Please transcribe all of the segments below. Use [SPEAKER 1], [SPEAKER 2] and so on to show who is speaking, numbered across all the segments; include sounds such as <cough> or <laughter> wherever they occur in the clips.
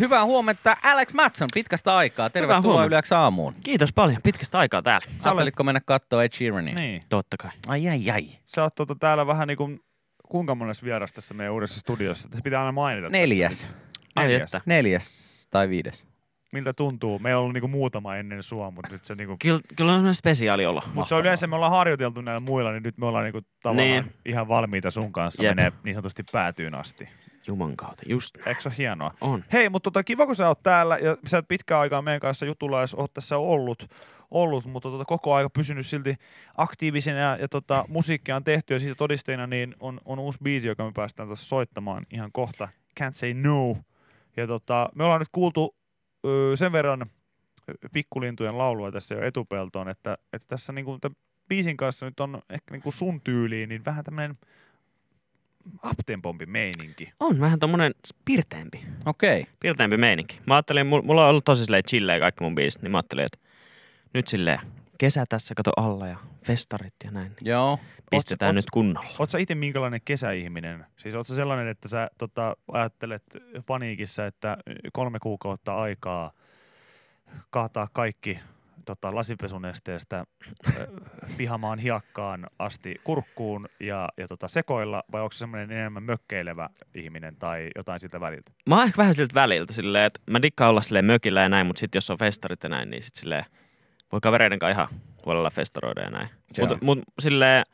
[SPEAKER 1] Hyvää huomenta Alex Matson pitkästä aikaa. Tervetuloa
[SPEAKER 2] huomenta.
[SPEAKER 1] Yleäksi aamuun.
[SPEAKER 2] Kiitos paljon. Pitkästä aikaa täällä.
[SPEAKER 1] Sä Ajattelitko mennä katsoa Ed Sheerania?
[SPEAKER 3] Niin.
[SPEAKER 2] Totta kai.
[SPEAKER 1] Ai ai ai.
[SPEAKER 3] Sä oot tuota täällä vähän niin kuin, kuinka monessa vieras tässä meidän uudessa studiossa? Tässä pitää aina mainita. tässä
[SPEAKER 1] Neljäs.
[SPEAKER 3] nyt.
[SPEAKER 2] Ai
[SPEAKER 3] Neljäs.
[SPEAKER 2] että.
[SPEAKER 1] Neljäs tai viides.
[SPEAKER 3] Miltä tuntuu? Me on ollut niinku muutama ennen sua, mutta nyt se niinku...
[SPEAKER 2] Kyllä, kyllä on semmoinen spesiaali olla.
[SPEAKER 3] Mutta se on yleensä, me ollaan harjoiteltu näillä muilla, niin nyt me ollaan niinku tavallaan
[SPEAKER 2] Niin.
[SPEAKER 3] ihan valmiita sun kanssa
[SPEAKER 2] Jep.
[SPEAKER 3] menee niin sanotusti päätyyn asti.
[SPEAKER 2] Juman kautta, just näin.
[SPEAKER 3] Eikö se ole hienoa?
[SPEAKER 2] On.
[SPEAKER 3] Hei, mutta tota, kiva kun sä oot täällä ja sä et pitkään aikaa meidän kanssa jutulla edes oot tässä ollut, ollut mutta tota, koko aika pysynyt silti aktiivisena ja, ja tota, musiikkia on tehty ja siitä todisteena niin on, on uusi biisi, joka me päästään tuossa soittamaan ihan kohta. Can't say no. Ja tota, me ollaan nyt kuultu ö, sen verran pikkulintujen laulua tässä jo etupeltoon, että, että tässä niinku, tämän biisin kanssa nyt on ehkä niinku sun tyyliin niin vähän tämmöinen uptempompi meininki.
[SPEAKER 2] On vähän tommonen pirteämpi,
[SPEAKER 1] Okei. Okay.
[SPEAKER 2] pirteämpi meininki. Mä ajattelin, mul- mulla on ollut tosi silleen chilleen kaikki mun biisit, niin mä ajattelin, että nyt silleen kesä tässä kato alla ja festarit ja näin. niin
[SPEAKER 1] Joo.
[SPEAKER 2] Pistetään
[SPEAKER 3] oot-
[SPEAKER 2] nyt kunnolla.
[SPEAKER 3] Oletko itse minkälainen kesäihminen? Siis oletko sellainen, että sä tota, ajattelet paniikissa, että kolme kuukautta aikaa kaataa kaikki tota, lasipesunesteestä ö, pihamaan hiakkaan asti kurkkuun ja, ja tota, sekoilla, vai onko semmoinen enemmän mökkeilevä ihminen tai jotain siltä väliltä?
[SPEAKER 2] Mä oon ehkä vähän siltä väliltä silleen, että mä dikkaan olla silleen mökillä ja näin, mutta sit jos on festarit ja näin, niin sit silleen voi kavereiden kanssa ihan huolella festaroida ja näin.
[SPEAKER 1] Joo.
[SPEAKER 2] Mutta mut, silleen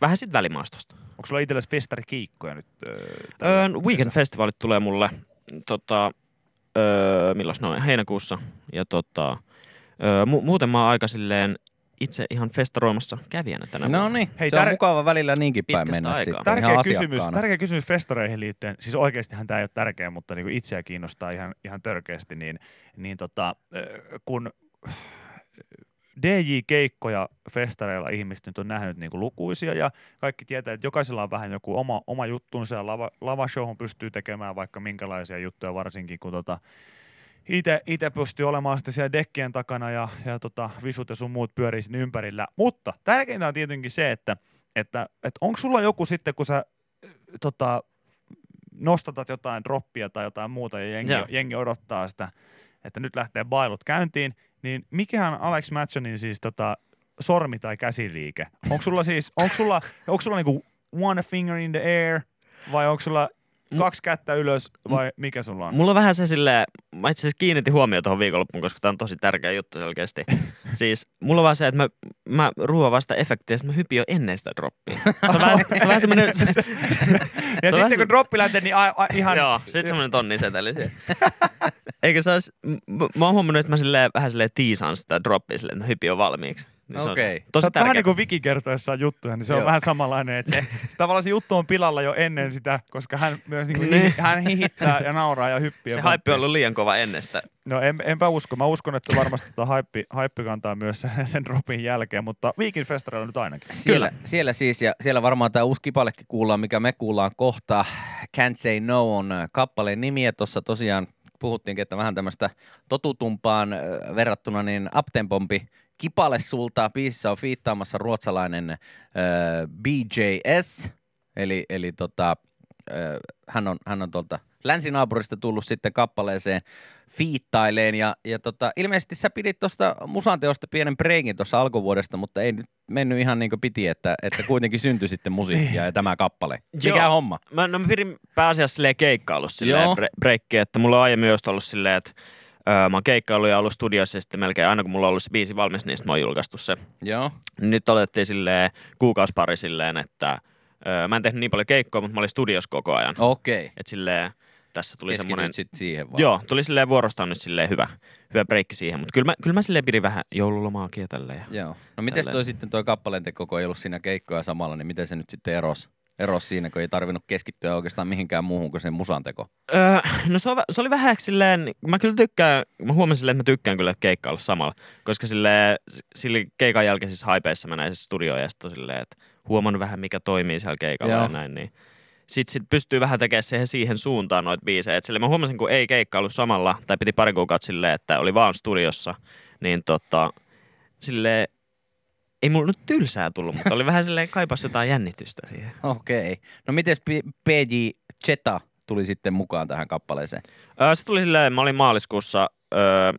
[SPEAKER 2] vähän sit välimaastosta.
[SPEAKER 3] Onko sulla itsellesi festarikiikkoja nyt? Ö, tällä
[SPEAKER 2] Öö, weekend festivalit tulee mulle tota, öö, milloin ne on? Heinäkuussa. Ja tota, öö, mu- muuten mä oon aika silleen itse ihan festaroimassa kävijänä tänä
[SPEAKER 1] No
[SPEAKER 2] vuonna.
[SPEAKER 1] niin.
[SPEAKER 3] Hei,
[SPEAKER 1] se on
[SPEAKER 3] tär-
[SPEAKER 1] mukava välillä niinkin päin
[SPEAKER 2] Pitkästä
[SPEAKER 1] mennä
[SPEAKER 2] aikaa.
[SPEAKER 1] sitten.
[SPEAKER 3] Tärkeä
[SPEAKER 1] ihan
[SPEAKER 3] kysymys,
[SPEAKER 1] asiakkaana.
[SPEAKER 3] tärkeä kysymys festareihin liittyen. Siis oikeastihan tämä ei ole tärkeä, mutta niinku itseä kiinnostaa ihan, ihan törkeästi. Niin, niin tota, ö, kun DJ-keikkoja festareilla ihmiset nyt on nähnyt niinku lukuisia ja kaikki tietää, että jokaisella on vähän joku oma, oma juttunsa ja lava, lavashowhun pystyy tekemään vaikka minkälaisia juttuja varsinkin, kun tota, itse pystyy olemaan sitten siellä dekkien takana ja, ja tota, visut ja sun muut pyörii sinne ympärillä. Mutta tärkeintä on tietenkin se, että, että, että onko sulla joku sitten, kun sä äh, tota, nostatat jotain droppia tai jotain muuta ja jengi,
[SPEAKER 2] Joo.
[SPEAKER 3] jengi odottaa sitä, että nyt lähtee bailut käyntiin, niin mikä on Alex Matsonin siis tota, sormi tai käsiliike? Onko sulla siis, onko sulla, onko sulla niinku one finger in the air vai onko sulla kaksi kättä ylös vai mikä sulla on?
[SPEAKER 2] Mulla on vähän se silleen, mä itse asiassa kiinnitin huomioon tuohon viikonloppuun, koska tää on tosi tärkeä
[SPEAKER 1] <laughs>
[SPEAKER 2] juttu selkeästi. siis mulla on vaan se, että mä, mä ruoan vasta efektiä, ja sit mä hypin jo ennen sitä droppia. Se on vähän, se on vähän semmoinen... Se,
[SPEAKER 3] Ja
[SPEAKER 2] Se on
[SPEAKER 3] sitten
[SPEAKER 2] vähän-
[SPEAKER 3] kun droppi lähtee, niin a, a, ihan...
[SPEAKER 2] Joo, sit semmonen tonni seteli siihen. <laughs> Eikö se olisi, m- m- mä oon huomannut, että mä silleen, vähän silleen tiisaan sitä droppia silleen, että hypi on valmiiksi. se on
[SPEAKER 1] Okei.
[SPEAKER 2] Tosi
[SPEAKER 3] Sä oot
[SPEAKER 2] tärkeä.
[SPEAKER 3] vähän niin kuin Viki kertoessaan juttuja, niin se
[SPEAKER 1] Joo.
[SPEAKER 3] on vähän samanlainen, että
[SPEAKER 2] <laughs>
[SPEAKER 3] se, se, tavallaan se juttu on pilalla jo ennen sitä, koska hän myös niin kuin,
[SPEAKER 2] Niin.
[SPEAKER 3] hi- hän hihittää ja nauraa ja hyppii. ja
[SPEAKER 2] se
[SPEAKER 3] pomppii.
[SPEAKER 2] haippi on ollut liian kova ennestä.
[SPEAKER 3] No en, enpä usko. Mä uskon, että varmasti tota haippi, haippi kantaa myös sen, sen dropin jälkeen, mutta Viikin festareilla nyt ainakin.
[SPEAKER 1] Siellä, siellä siis, ja siellä varmaan tämä uusi kipalekin kuullaan, mikä me kuullaan kohta. Can't Say No on äh, kappaleen nimi, ja tuossa tosiaan puhuttiinkin, että vähän tämmöistä totutumpaan äh, verrattuna, niin uptempompi kipale sulta. Biisissä on fiittaamassa ruotsalainen äh, BJS, eli, eli tota, äh, hän on, hän on tuolta länsinaapurista tullut sitten kappaleeseen fiittaileen. Ja, ja tota, ilmeisesti sä pidit tuosta musanteosta pienen breikin tuossa alkuvuodesta, mutta ei nyt mennyt ihan niin kuin piti, että, että kuitenkin syntyi sitten musiikkia ja tämä kappale. Mikä
[SPEAKER 2] Joo.
[SPEAKER 1] homma?
[SPEAKER 2] Mä, no mä pidin pääasiassa silleen keikkailussa silleen
[SPEAKER 1] Joo.
[SPEAKER 2] bre- breikkiä, että mulla on aiemmin just ollut silleen, että öö, mä oon keikkaillut ja ollut studiossa ja sitten melkein aina kun mulla on ollut se biisi valmis, niin sitten mä oon julkaistu se.
[SPEAKER 1] Joo.
[SPEAKER 2] Nyt otettiin silleen kuukausipari silleen, että öö, mä en tehnyt niin paljon keikkoa, mutta mä olin studiossa koko ajan.
[SPEAKER 1] Okei.
[SPEAKER 2] Et silleen, tässä tuli
[SPEAKER 1] Okay.
[SPEAKER 2] semmoinen...
[SPEAKER 1] Keskityt Oh. sit siihen vaan.
[SPEAKER 2] Joo, tuli silleen vuorostaan nyt silleen hyvä, hyvä breikki siihen, mutta kyllä mä, kyllä mä silleen pidin vähän joululomaakin ja tälleen. Ja.
[SPEAKER 1] Joo. No miten toi
[SPEAKER 2] Tälleen.
[SPEAKER 1] sitten toi kappaleen teko, kun ei ollut siinä keikkoja samalla, niin miten se nyt sitten erosi? Eros siinä, kun ei tarvinnut keskittyä oikeastaan mihinkään muuhun kuin sen musanteko.
[SPEAKER 2] Öö, no se, on, vä- se oli vähän ehkä silleen, mä kyllä tykkään, mä huomasin silleen, että mä tykkään kyllä keikkailla samalla, koska silleen, s- sillä keikan jälkeisissä haipeissa mä näin se studioon ja sitten on silleen, että huomannut vähän mikä toimii siellä keikalla
[SPEAKER 1] Joo.
[SPEAKER 2] ja näin, niin sitten sit pystyy vähän tekemään siihen, siihen suuntaan noita biisejä. Et silleen mä huomasin, kun ei keikkailu samalla, tai piti pari kuukautta silleen, että oli vaan studiossa, niin tota, silleen, ei mulla nyt tylsää tullut, mutta oli vähän silleen kaipas jotain jännitystä siihen.
[SPEAKER 1] Okei. No miten PJ Cheta tuli sitten mukaan tähän kappaleeseen?
[SPEAKER 2] Öö, se tuli silleen, mä olin maaliskuussa öö,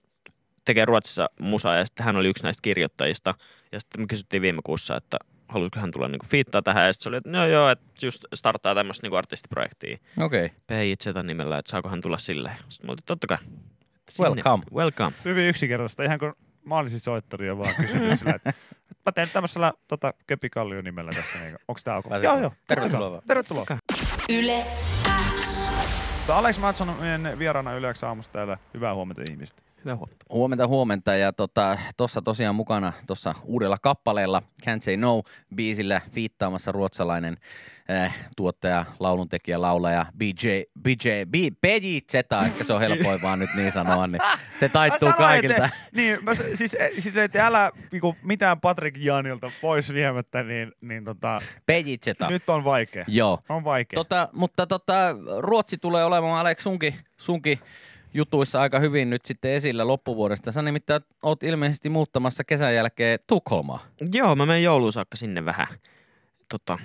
[SPEAKER 2] tekee Ruotsissa musaa ja sitten hän oli yksi näistä kirjoittajista. Ja sitten me kysyttiin viime kuussa, että haluaisiko hän tulla niinku fiittaa tähän. Ja sitten se oli, että no joo, että just starttaa tämmöistä niinku artistiprojektia.
[SPEAKER 1] Okei. Okay.
[SPEAKER 2] PIZ nimellä, että saako hän tulla silleen. Sitten mä olin, totta kai. Että sinne-
[SPEAKER 1] Welcome.
[SPEAKER 2] Welcome.
[SPEAKER 3] Hyvin yksinkertaista, ihan kuin mä olisin soittaria vaan kysynyt sillä,
[SPEAKER 2] <laughs>
[SPEAKER 3] että että mä teen tämmöisellä tota, Köpi Kallio nimellä tässä. Niin, onko tää ok?
[SPEAKER 1] Pääsee
[SPEAKER 3] Joo,
[SPEAKER 1] tulla.
[SPEAKER 3] joo.
[SPEAKER 1] Tervetuloa vaan.
[SPEAKER 3] Tervetuloa.
[SPEAKER 4] Yle X.
[SPEAKER 3] Mutta Alex Matson on meidän vieraana yleensä aamussa täällä. Hyvää huomenta ihmistä.
[SPEAKER 2] Hyvää huomenta.
[SPEAKER 1] Huomenta, huomenta. Ja tuossa tota, tosiaan mukana tuossa uudella kappaleella Can't Say No biisillä viittaamassa ruotsalainen äh, tuottaja, lauluntekijä, laulaja BJ, BJ, B, BJ Zeta, ehkä se on helpoin vaan nyt niin sanoa, niin se taittuu kaikilta.
[SPEAKER 3] niin, mä, s- siis, e, siis että älä niinku, mitään Patrick Jaanilta pois viemättä, niin, niin tota,
[SPEAKER 1] BJ Zeta.
[SPEAKER 3] nyt on vaikea.
[SPEAKER 1] Joo.
[SPEAKER 3] On vaikea.
[SPEAKER 1] Tota, mutta tota, Ruotsi tulee olemaan, Alex, sunkin, sunkin jutuissa aika hyvin nyt sitten esillä loppuvuodesta. Sä nimittäin oot ilmeisesti muuttamassa kesän jälkeen Tukholmaa.
[SPEAKER 2] Joo, mä menen jouluun saakka sinne vähän tota,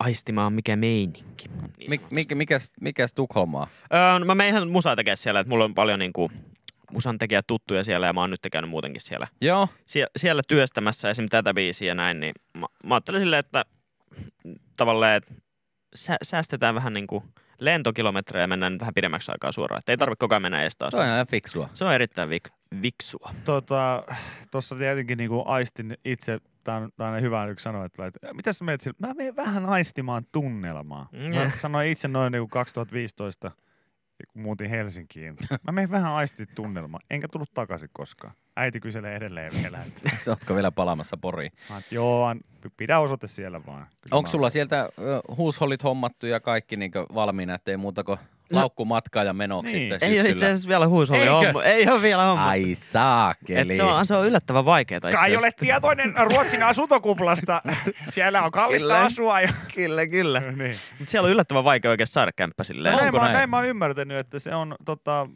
[SPEAKER 2] aistimaan mikä meininki. Niin
[SPEAKER 1] Mik, mik, mikäs, mikäs Tukholmaa?
[SPEAKER 2] Öö, no mä menen ihan musaa tekemään siellä, että mulla on paljon niinku musan tekijä tuttuja siellä ja mä oon nyt käynyt muutenkin siellä,
[SPEAKER 1] Joo.
[SPEAKER 2] sie- siellä työstämässä esim. tätä biisiä ja näin, niin mä, mä ajattelin silleen, että tavallaan, että sä, säästetään vähän niinku lentokilometrejä ja mennään nyt vähän pidemmäksi aikaa suoraan, että ei tarvitse koko ajan mennä ees taas.
[SPEAKER 1] Toi on ihan
[SPEAKER 2] <laughs>
[SPEAKER 1] fiksua.
[SPEAKER 2] Se on erittäin vik- viksua.
[SPEAKER 3] Tota, tuossa tietenkin niinku aistin itse, tämä on, tää on hyvä nyt sanoa, että, että mitä sä menet sille? Mä menen vähän aistimaan tunnelmaa.
[SPEAKER 2] Mm,
[SPEAKER 3] Mä
[SPEAKER 2] jee.
[SPEAKER 3] sanoin itse noin niinku 2015, kun muutin
[SPEAKER 1] <laughs>
[SPEAKER 3] Helsinkiin. Mä menen vähän aisti tunnelmaa, enkä tullut takaisin koskaan. Äiti kyselee edelleen vielä,
[SPEAKER 1] <laughs>
[SPEAKER 3] että,
[SPEAKER 1] Ootko vielä palaamassa Poriin?
[SPEAKER 3] mä oon, että joo, an- pidä osoite siellä vaan. Kyllä
[SPEAKER 1] Onko
[SPEAKER 3] mä-
[SPEAKER 1] sulla sieltä ö, huushollit hommattu ja kaikki niinkö valmiina, ettei muuta kuin
[SPEAKER 2] No-
[SPEAKER 1] laukku matkaa ja meno
[SPEAKER 3] Niin.
[SPEAKER 1] sitten
[SPEAKER 2] Ei ole itse
[SPEAKER 1] syksyllä?
[SPEAKER 2] asiassa vielä huusholli
[SPEAKER 1] Eikö?
[SPEAKER 2] homma. Ei ole vielä homma.
[SPEAKER 1] Ai
[SPEAKER 2] Et
[SPEAKER 1] saakeli.
[SPEAKER 2] se, on, se on yllättävän vaikeaa itse
[SPEAKER 3] Kai
[SPEAKER 2] asiassa.
[SPEAKER 3] olet tietoinen Ruotsin
[SPEAKER 2] <laughs>
[SPEAKER 3] asuntokuplasta. Siellä on kallista
[SPEAKER 2] Kyllä.
[SPEAKER 3] asua. Ja...
[SPEAKER 2] Kyllä,
[SPEAKER 3] <laughs>
[SPEAKER 2] kyllä.
[SPEAKER 3] niin.
[SPEAKER 2] Mut siellä on yllättävän vaikea oikein saada kämppä silleen.
[SPEAKER 1] Onko
[SPEAKER 3] Näin mä,
[SPEAKER 1] näin?
[SPEAKER 3] näin mä oon ymmärtänyt, että se on tota,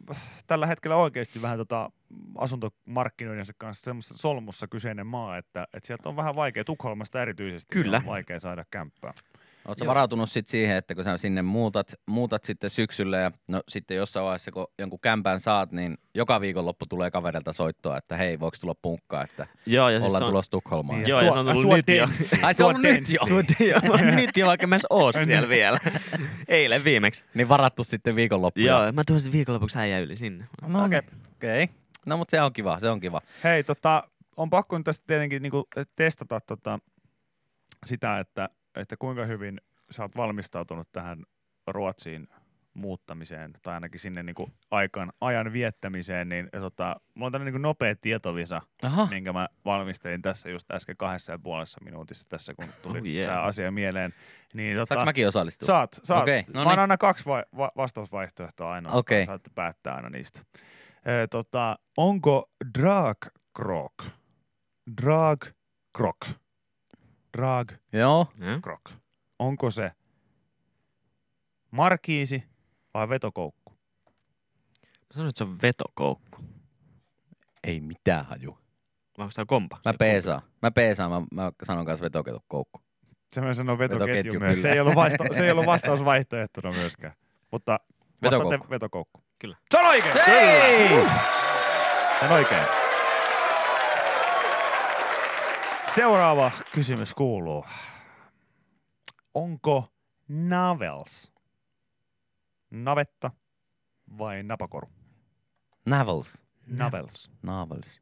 [SPEAKER 3] tällä hetkellä oikeasti vähän tota, asuntomarkkinoidensa kanssa semmoisessa solmussa kyseinen maa, että, että sieltä on vähän vaikea, Tukholmasta erityisesti
[SPEAKER 2] Kyllä.
[SPEAKER 3] on vaikea saada kämppää.
[SPEAKER 1] Oletko
[SPEAKER 2] Joo.
[SPEAKER 1] varautunut sit siihen, että kun sä sinne muutat, muutat sitten syksyllä ja no sitten jossain vaiheessa, kun jonkun kämpään saat, niin joka viikonloppu tulee kaverilta soittoa, että hei, voiko tulla punkkaa, että
[SPEAKER 2] Joo, ja
[SPEAKER 1] ja
[SPEAKER 2] siis
[SPEAKER 1] ollaan siis
[SPEAKER 2] se on...
[SPEAKER 1] tulossa Tukholmaan.
[SPEAKER 2] Joo, ja se on
[SPEAKER 3] Niin, Tuo-
[SPEAKER 2] tullut
[SPEAKER 3] tuo
[SPEAKER 2] nyt jo.
[SPEAKER 3] tenssi.
[SPEAKER 1] Ai, se on
[SPEAKER 3] Tuo
[SPEAKER 1] ollut nyt
[SPEAKER 3] tenssi.
[SPEAKER 1] jo?
[SPEAKER 2] Tuo dia- mä <laughs> olin nyt jo, vaikka mä edes oon siellä <laughs> vielä. Eilen viimeksi.
[SPEAKER 1] Niin varattu sitten viikonloppuja.
[SPEAKER 2] Joo, mä tuon sitten viikonlopuksi äijä yli sinne.
[SPEAKER 1] No okei. Okay. Okay. No mutta se on kiva, se on kiva.
[SPEAKER 3] Hei, tota, on pakko nyt tästä tietenkin niinku testata tota, sitä, että, että kuinka hyvin sä oot valmistautunut tähän Ruotsiin muuttamiseen tai ainakin sinne niinku aikaan, ajan viettämiseen, niin ja tota, mulla on tällainen niinku nopea tietovisa,
[SPEAKER 1] Aha.
[SPEAKER 3] minkä mä valmistelin tässä just äsken kahdessa ja puolessa minuutissa tässä, kun tuli
[SPEAKER 2] Oh yeah.
[SPEAKER 3] tämä asia mieleen. Niin, tota,
[SPEAKER 1] Saanko mäkin osallistua?
[SPEAKER 3] Saat, saat.
[SPEAKER 1] Okei,
[SPEAKER 3] Okay,
[SPEAKER 1] no
[SPEAKER 3] no mä
[SPEAKER 1] niin.
[SPEAKER 3] oon aina kaksi va- va- vastausvaihtoehtoa ainoastaan,
[SPEAKER 1] Okei.
[SPEAKER 3] okay. saatte päättää aina niistä. Ö, tota, onko drag krok? Drag krok. Drag
[SPEAKER 1] Joo.
[SPEAKER 2] Joo.
[SPEAKER 3] krok. Onko se markiisi vai vetokoukku?
[SPEAKER 2] Sanoit, että se on vetokoukku.
[SPEAKER 1] Ei mitään haju.
[SPEAKER 2] Vai onko tää kompa?
[SPEAKER 1] Mä peesaan. Mä peesaan, mä, mä sanon kanssa vetokoukku.
[SPEAKER 3] Se mä sanon vetoketju,
[SPEAKER 1] Vetoketju,
[SPEAKER 3] vetoketju myös. Se
[SPEAKER 1] kyllä.
[SPEAKER 3] ei, ollut vasta- se ei ollut vastausvaihtoehtona myöskään. Mutta vastaatte
[SPEAKER 1] Vetokoukku.
[SPEAKER 3] vetokoukku.
[SPEAKER 2] Kyllä.
[SPEAKER 3] Se on oikein!
[SPEAKER 1] Hei!
[SPEAKER 3] Sen oikein. Seuraava kysymys kuuluu. Onko navels navetta vai napakoru?
[SPEAKER 1] Navels.
[SPEAKER 3] Navels.
[SPEAKER 1] Navels.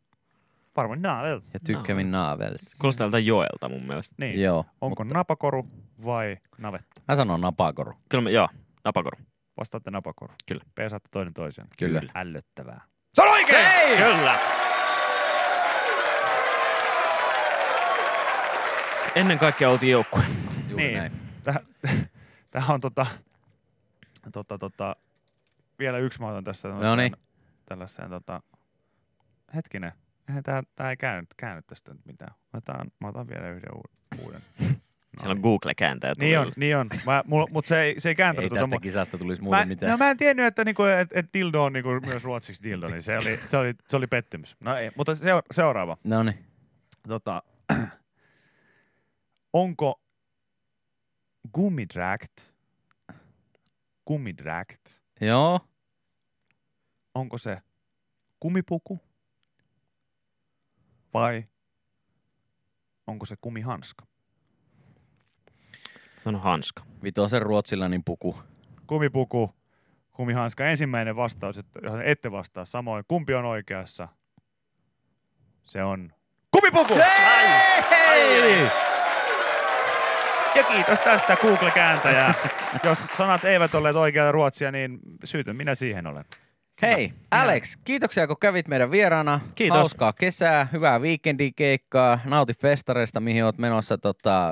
[SPEAKER 3] Varmaan navels.
[SPEAKER 1] Ja tykkämin navels.
[SPEAKER 2] Kuulostaa tältä joelta mun mielestä.
[SPEAKER 3] Niin.
[SPEAKER 1] Joo.
[SPEAKER 3] Onko napakoru vai navetta?
[SPEAKER 1] Mä sanon napakoru.
[SPEAKER 2] Kyllä mä, joo, napakoru.
[SPEAKER 3] Vastaatte napakoru.
[SPEAKER 2] Kyllä.
[SPEAKER 3] Pesaatte toinen toisen.
[SPEAKER 1] Kyllä.
[SPEAKER 3] Ällöttävää. Se on oikein!
[SPEAKER 1] Hei!
[SPEAKER 3] Kyllä.
[SPEAKER 2] Ennen kaikkea oltiin joukkue.
[SPEAKER 1] Juuri
[SPEAKER 3] Niin.
[SPEAKER 1] näin.
[SPEAKER 3] Täh, täh on tota, tota, tota, vielä yksi mä otan tässä tällaiseen,
[SPEAKER 1] Noniin.
[SPEAKER 3] tällaiseen tota, hetkinen, eihän tää, tää ei käynyt, käynyt tästä nyt mitään. Mä otan, mä otan vielä yhden uuden. uuden.
[SPEAKER 2] Siellä on Google-kääntäjä.
[SPEAKER 3] Niin on, niin on. Mä, mulla, mut se ei, se ei
[SPEAKER 1] Ei
[SPEAKER 3] kääntänyt tota
[SPEAKER 1] tästä
[SPEAKER 3] mun-
[SPEAKER 1] kisasta tulisi
[SPEAKER 3] Mä,
[SPEAKER 1] muuten
[SPEAKER 3] no
[SPEAKER 1] mitään.
[SPEAKER 3] mä en tiennyt, että niinku, et, et dildo on niinku myös ruotsiksi dildo, niin se oli, se oli, se oli pettymys. No ei, mutta seur- seuraava.
[SPEAKER 1] No niin.
[SPEAKER 3] Tota, <clears throat> onko gumidragt Kumidragt.
[SPEAKER 1] Joo.
[SPEAKER 3] Onko se kumipuku vai onko se kumihanska?
[SPEAKER 2] Se on hanska.
[SPEAKER 1] Vitosen ruotsilainen puku.
[SPEAKER 3] Kumipuku, kumihanska. Ensimmäinen vastaus, että- johon ette vastaa samoin. Kumpi on oikeassa? Se on kumipuku! Hei! Ja kiitos tästä <laughs> Google-kääntäjää. Jos sanat eivät olleet oikeita ruotsia, niin syytön minä siihen olen.
[SPEAKER 1] Hei, Alex, kiitoksia kun kävit meidän vieraana.
[SPEAKER 2] Kiitos.
[SPEAKER 1] Hauskaa kesää, hyvää viikendikeikkaa, nauti festareista, mihin oot menossa tota,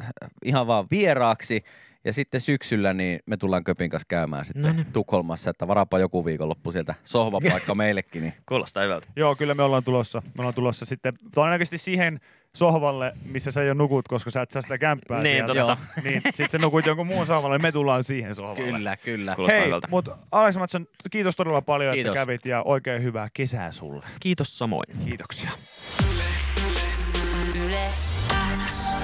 [SPEAKER 1] äh, ihan vaan vieraaksi. Ja sitten syksyllä niin me tullaan Köpin kanssa käymään sitten
[SPEAKER 2] No niin.
[SPEAKER 1] Tukholmassa, että varaapa joku viikonloppu sieltä sohvapaikka meillekin. Niin.
[SPEAKER 2] Kuulostaa hyvältä.
[SPEAKER 3] Joo, kyllä me ollaan tulossa. Me ollaan tulossa sitten todennäköisesti siihen sohvalle, missä sä jo nukut, koska sä et saa sitä kämppää
[SPEAKER 2] Niin,
[SPEAKER 3] sieltä.
[SPEAKER 2] totta.
[SPEAKER 3] Niin, sit sä nukut jonkun muun sohvalle, me tullaan siihen sohvalle.
[SPEAKER 1] Kyllä, kyllä.
[SPEAKER 2] Kuulostaa
[SPEAKER 3] Hei,
[SPEAKER 2] hyvältä.
[SPEAKER 3] mutta Alex Matson, kiitos todella paljon,
[SPEAKER 1] Kiitos.
[SPEAKER 3] että kävit ja oikein hyvää kesää sulle.
[SPEAKER 2] Kiitos samoin.
[SPEAKER 3] Kiitoksia.
[SPEAKER 4] Yle X.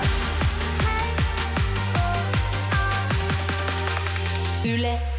[SPEAKER 4] Yle